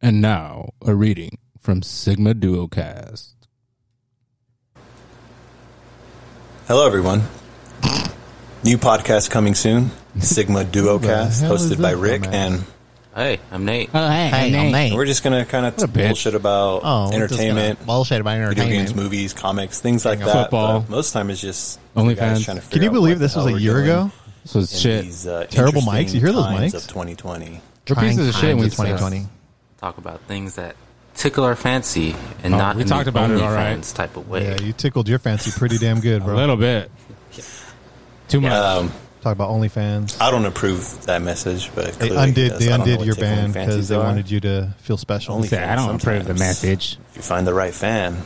And now, a reading from Sigma Duocast. Hello, everyone. New podcast coming soon Sigma Duocast, hell is hosted by that Rick. dumbass? And Hey, I'm Nate. Oh, hey, Hey, Nate. I'm Nate. we're just going to kind a of bitch. bullshit about Oh, we're just entertainment, gonna Bullshit about video entertainment. games, movies, comics, things like Hang on. that. Football. But most time it's just OnlyFans. the guys trying to figure Can you out believe what this the was hell a we're year doing ago? This was in shit. these, uh, Terrible interesting mics. You hear those times mics? Of 2020. We're Trying pieces of times shit when of we- 2020. Talk about things that tickle our fancy and Oh, not we in talked the about it, OnlyFans all right. type of way. Yeah, you tickled your fancy pretty damn good, A bro. little bit. Too much. Um, Talk about OnlyFans. I don't approve that message, but They clearly he undid does. they I don't know undid what your tickling ban because fancies they are. wanted you to feel special. Only- Say, I don't approve the sometimes. message. If you find the right fan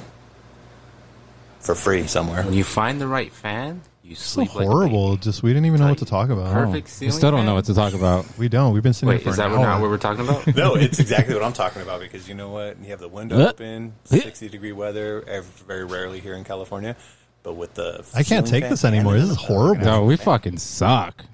for free somewhere. When you find the right fan, you so sleep horrible. Like a baby. Just we didn't even know what to talk about. Perfect We ceiling Oh. still don't know fan? what to talk about. We don't. We've been sitting Wait, here is for that an not hour. what we're talking about? No, it's exactly what I'm talking about because you know what? You have the window Huh? open, Huh? 60 degree weather, ev- very rarely here in California. But with the. I can't ceiling take fan this anymore. This and is a- horrible. No, we fucking suck.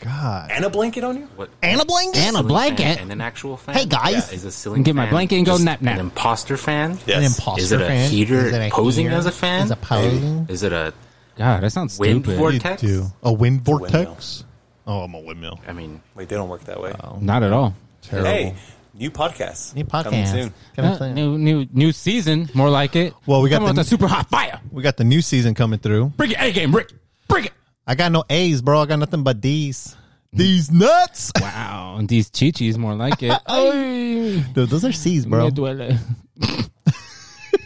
God. And a blanket on you? What? And a blanket. ceiling And a fan blanket. and an actual fan. Hey, guys. Yeah, is a ceiling Get my fan blanket and go just nap, nap. An imposter fan? Yeah. An Yes. imposter Is it a fan? heater Is it a posing heater? as a fan? Is it posing? Is it a? God, that sounds Wind stupid. for- You Vortex? do. A wind windmill. vortex? Oh, I'm a windmill. I mean, Wait, they don't work that way. Not at all. Oh, Terrible. hey, new podcast. New Coming podcast. soon. Coming Uh, soon. new, new, new season, more like it. Well, we got Coming the- with a super hot fire. We got the new season coming through. Bring it, A game, Rick. Bring it. I got no A's, bro. I got nothing but D's. These nuts. Wow, and these chichis, more like it. Ay. Dude, those are C's, bro. Me duele.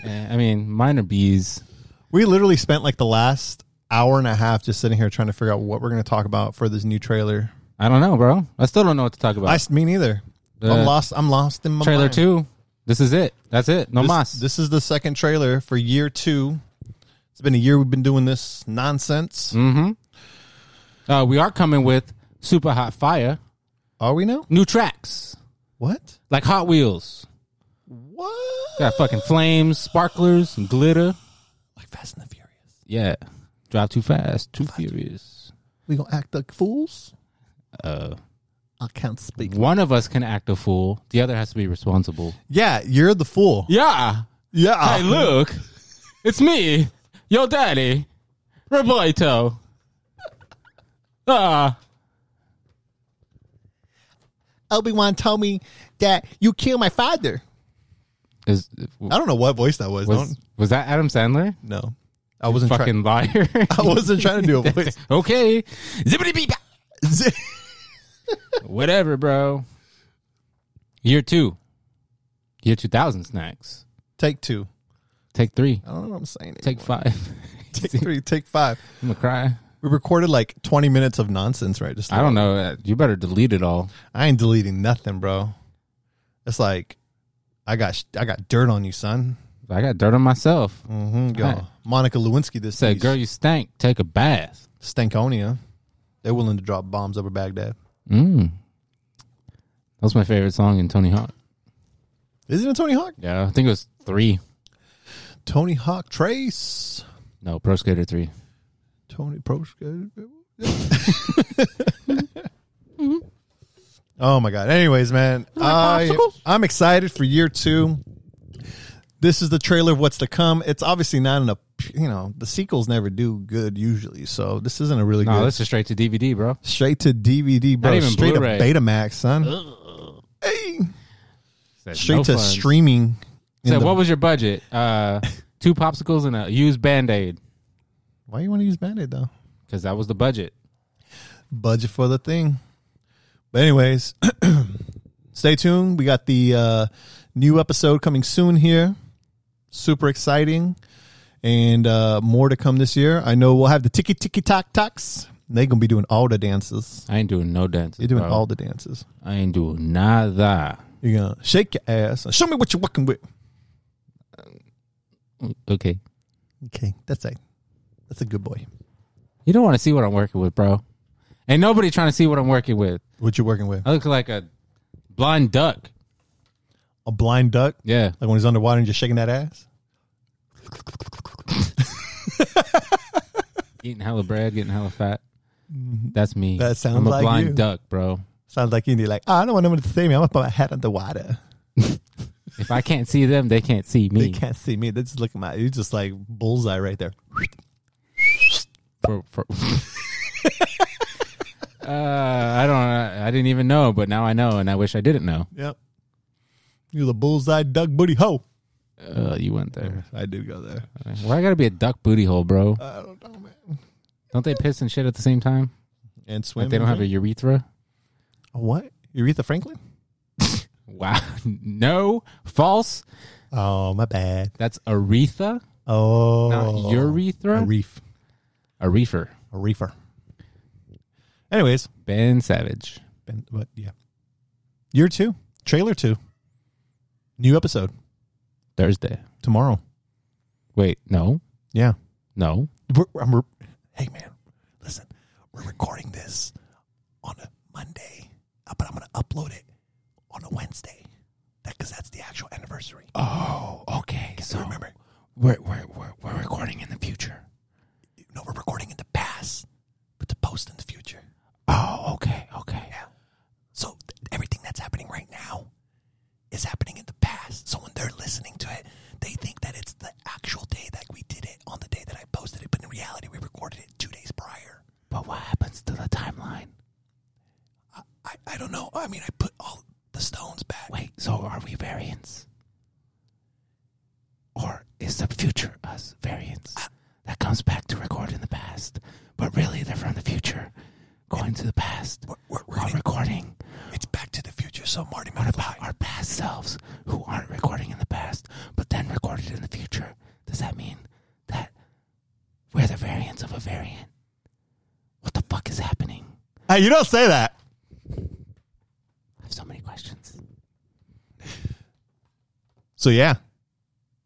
Eh, I mean, mine are bees. We literally spent like the last hour and a half just sitting here trying to figure out what we're going to talk about for this new trailer. I don't know, bro. I still don't know what to talk I about. me neither. Uh, I'm lost. I'm lost in my Trailer mind. two. This is it. That's it. No mas. This, this is the second trailer for year two. It's been a year we've been doing this nonsense. Mm. Uh, we are coming with super hot fire, Are we now? new tracks What? like Hot Wheels. What? Got fucking flames, sparklers, and glitter. Like Fast and the Furious. Yeah, drive too fast, too furious. We gonna act like fools? Uh, I can't speak. one of us can act a fool. The other has to be responsible. Yeah, you're the fool. Yeah. Yeah. Hey, look, it's me, your daddy, Roberto. Ah, Obi Wan told me that you killed my father. is I don't know what voice that was. was Don't was that Adam Sandler? no. I wasn't trying. Fucking liar. I wasn't trying to do a voice. okay, zippity beep. Whatever, bro. Year two. Year 2000 snacks. Take two. Take three. I don't know what I'm saying. Take five. Take three. Take five. I'm going to cry. We recorded like 20 minutes of nonsense, right? Just I don't know. Uh, You better delete it all. I ain't deleting nothing, bro. It's like I got sh- I got dirt on you, son. I got dirt on myself. Mm-hmm, yo. Right. Monica Lewinsky this Said, bitch. girl, you stank. Take a bath. Stankonia. They're willing to drop bombs over Baghdad. Mm. That was my favorite song in Tony Hawk. Is it a Tony Hawk? Yeah, I think it was three. Tony Hawk Trace. No, Pro Skater 3. Tony Pro Skater. oh my god. Anyways, man. I, I'm excited for year two. This is the trailer of what's to come. It's obviously not in a you know, the sequels never do good usually, so this isn't a really No, good this is straight to DVD, bro. Straight to DVD, bro. even Straight Blu-ray. to Betamax, son. Hey. Said, Straight no to funds. streaming. in Said, the- what was your budget? Uh, two popsicles and a used band aid. why you want to use Band-Aid, though? Because that was the budget. Budget for the thing. But anyways, stay tuned. We got the uh, new episode coming soon here. Super exciting. And uh, more to come this year. I know we'll have the ticky ticky tock tocks. They're going to be doing all the dances. I ain't doing no dances. They're doing bro. all the dances. I ain't doing nada. You're going to shake your ass. and Show me what you're working with. Okay. Okay, that's a, that's a good boy. You don't want to see what I'm working with, bro. Ain't nobody trying to see what I'm working with. What you working with? I look like a blind duck. A blind duck? Yeah. Like when he's underwater and just shaking that ass? Eating hella bread, getting hella fat. That's me. Mm-hmm. That sounds I'm a like blind you. duck, bro. "Ah, Sounds like you need like, oh, I don't want anyone to see me. I'm gonna put my head underwater. If I can't see them, they can't see They me. can't see me. They just look at my. It's just like bullseye right there. For, for uh, I don't. I didn't even know, but now I know, and I wish I didn't know. Yep. You're the bullseye duck booty hoe. Uh, you went there. I did go there. Why I gotta be a duck booty hole, bro? I don't know, man. Don't they piss and shit at the same time? And swim. Like they don't have a drink? urethra. what? Aretha Franklin? Wow. No. False. Oh, my bad. That's Aretha, Oh, not urethra. a reef, a reefer. a reefer. Anyways, Ben Savage. been, but yeah, year two, trailer two, new episode Thursday. tomorrow. Wait. No. Yeah, No. we're, I'm re- hey man, listen, we're recording this on a Monday, uh, but I'm gonna upload it on a Wednesday, that because that's the actual anniversary. Oh. Okay. So Remember, we're we're we're, we're recording in the future. you know, we're recording in the past, but to post in the future. Oh. Okay. Okay. So th- everything that's happening right now is happening in the past. So when they're listening to it, they think that it's the actual day that we did it on the day that I posted it, but in reality, we recorded it two days prior. But what happens to the timeline? I, I don't know. I mean, I put all the stones back. Wait, so are we variants? Or is the future us variants that comes back to record in the past, but really they're from the future going to the past We're, we're while gonna- recording? it's back to the future. So Marty What McFly. about our past selves who aren't recording in the past, but then recorded in the future? Does that mean that we're the variants of a variant? What the fuck is happening? Hey, you don't say that. I have so many questions. So yeah,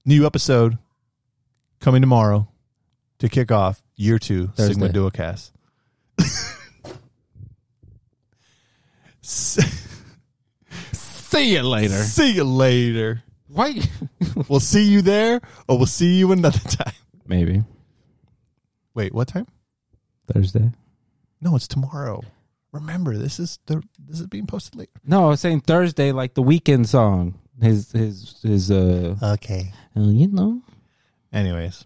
new episode coming tomorrow to kick off year two Sigma Thursday. Duocast. S- See you later. see you later. Why? We'll see you there, or we'll see you another time. Maybe Wait, what time? Thursday. No, it's tomorrow. Remember, this is the this is being posted later. No, I was saying Thursday, like the weekend song. His his his uh, Okay. uh, you know. Anyways,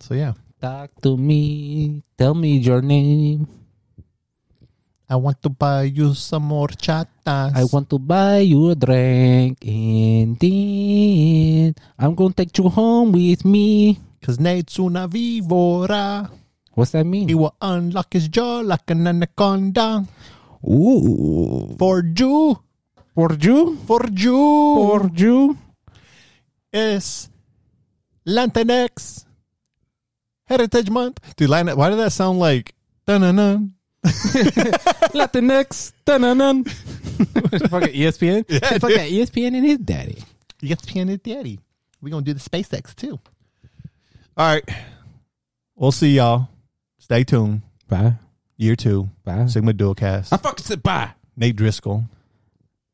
so yeah, Talk to me, tell me your name. I want to buy you some more chatas. I want to buy you a drink, and then I'm gonna take you home with me. cause Nate's una vivora. What's that He mean? will unlock his jaw like an anaconda. Ooh, For you, for you, for you, for you. is Lantinex Heritage Month. Dude, Latin- why did that sound like? Dun-dun-dun. Latinx, dun Fucking ESPN. Yeah, Fuck E that ESPN and his daddy. ESPN and Daddy. We're going to do the SpaceX too. All right. We'll see y'all. Stay tuned. Bye, Year two, bye. Sigma Dualcast. fucking said bye. Nate Driscoll,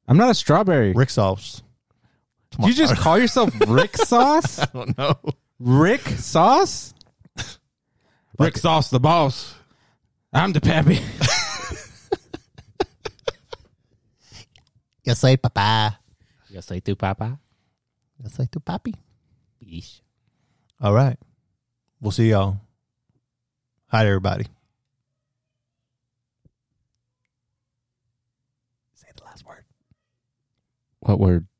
I'm not a strawberry. Rick Salves. Come You just call yourself Rick Sauce? I don't know. Rick Sauce? Rick Sauce, the boss. I'm the pappy. Yo soy papá. Yo soy tu papa. Yo soy tu papi. All right. We'll see y'all. Hi, everybody. Say the last word. What word?